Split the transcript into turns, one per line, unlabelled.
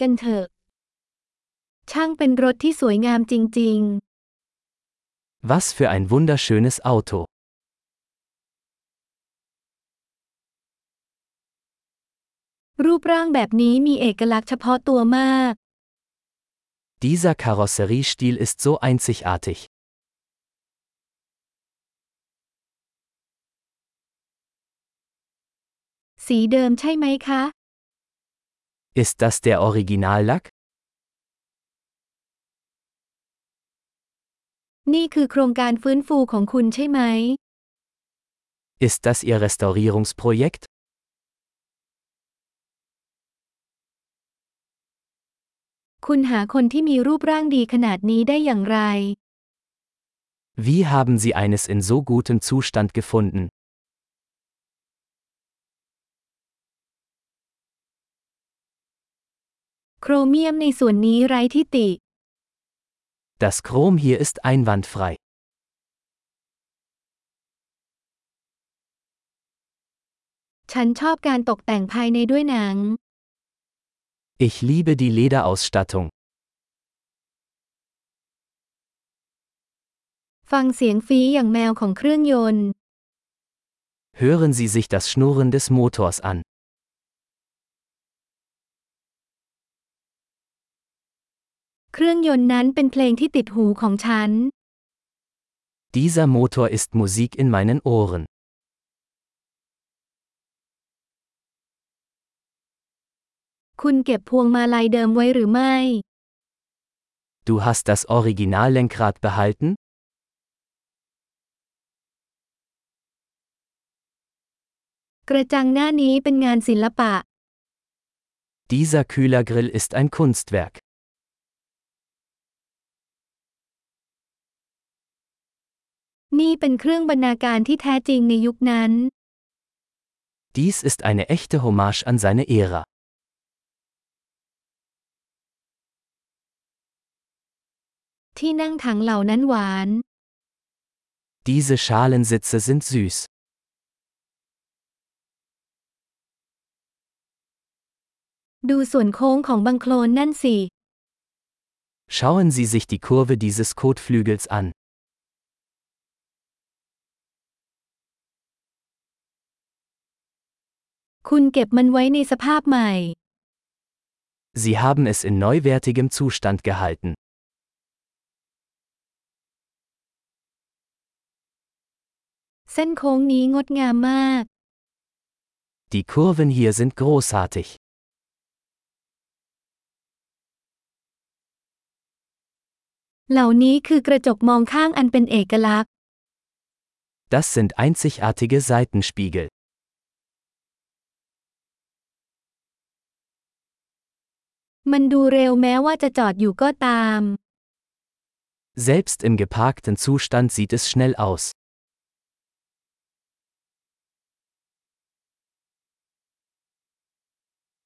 กันเถอะ ช่างเป็นรถที่สวยงามจริง
Was für ein wunderschönes Auto.
ๆ รูปร่างแบบนี้มีเอกลักษณ์เฉพาะตัวมาก
Dieser Karosseriestil ist so einzigartig.
สีเดิมใช่ไหมคะ
Ist das der Originallack?
นี่คือโครงการฟื้นฟูของคุณใช่ไหม
Ist das Ihr Restaurierungsprojekt?
คุณหาคนที่มีรูปร่างดีขนาดนี้ได้อย่างไร
Wie haben Sie eines in so gutem Zustand gefunden?
โครเมียมในส่วนนี้ไร้ที่ติ
Das Chrom hier ist einwandfrei.
ฉันชอบการตกแต่งภายในด้วยหนัง
Ich liebe die Lederausstattung.
ฟังเสียงฟีอย่างแมวของเครื่องยนต์
Hören Sie sich das Schnurren des Motors an.
เครื่องยนต์นั้นเป็นเพลงที่ติดหูของฉัน
Dieser Motor ist Musik in meinen Ohren.
คุณเก็บพวงมาลัยเดิมไว้หรือไม่
Du hast das Originallenkrad behalten?
กระจังหน้านี้เป็นงานศิลปะ
Dieser Kühlergrill ist ein Kunstwerk.
นี่เป็นเครื่องบรรณาการที่แท้จริงในยุคนั้น
Dies ist eine echte Hommage an seine Ära.
ที่นั่งถังเหล่านั้นหวาน
Diese Schalensitze sind süß.
ดูส่วนโค้งของบังโคลนนั่นสิ
Schauen Sie sich die Kurve dieses Kotflügels an.
คุณเก็บมันไว้ในสภาพใหม่
Sie haben es in neuwertigem Zustand gehalten.
เส้นโค้งนี้งดงามมาก
Die Kurven hier sind großartig.
เหล่านี้คือกระจกมองข้างอันเป็นเอกลักษณ์
Das sind einzigartige Seitenspiegel.
มันดูเร็วแม้ว่าจะจอดอยู่ก็ตาม
Selbst im geparkten Zustand sieht es schnell aus.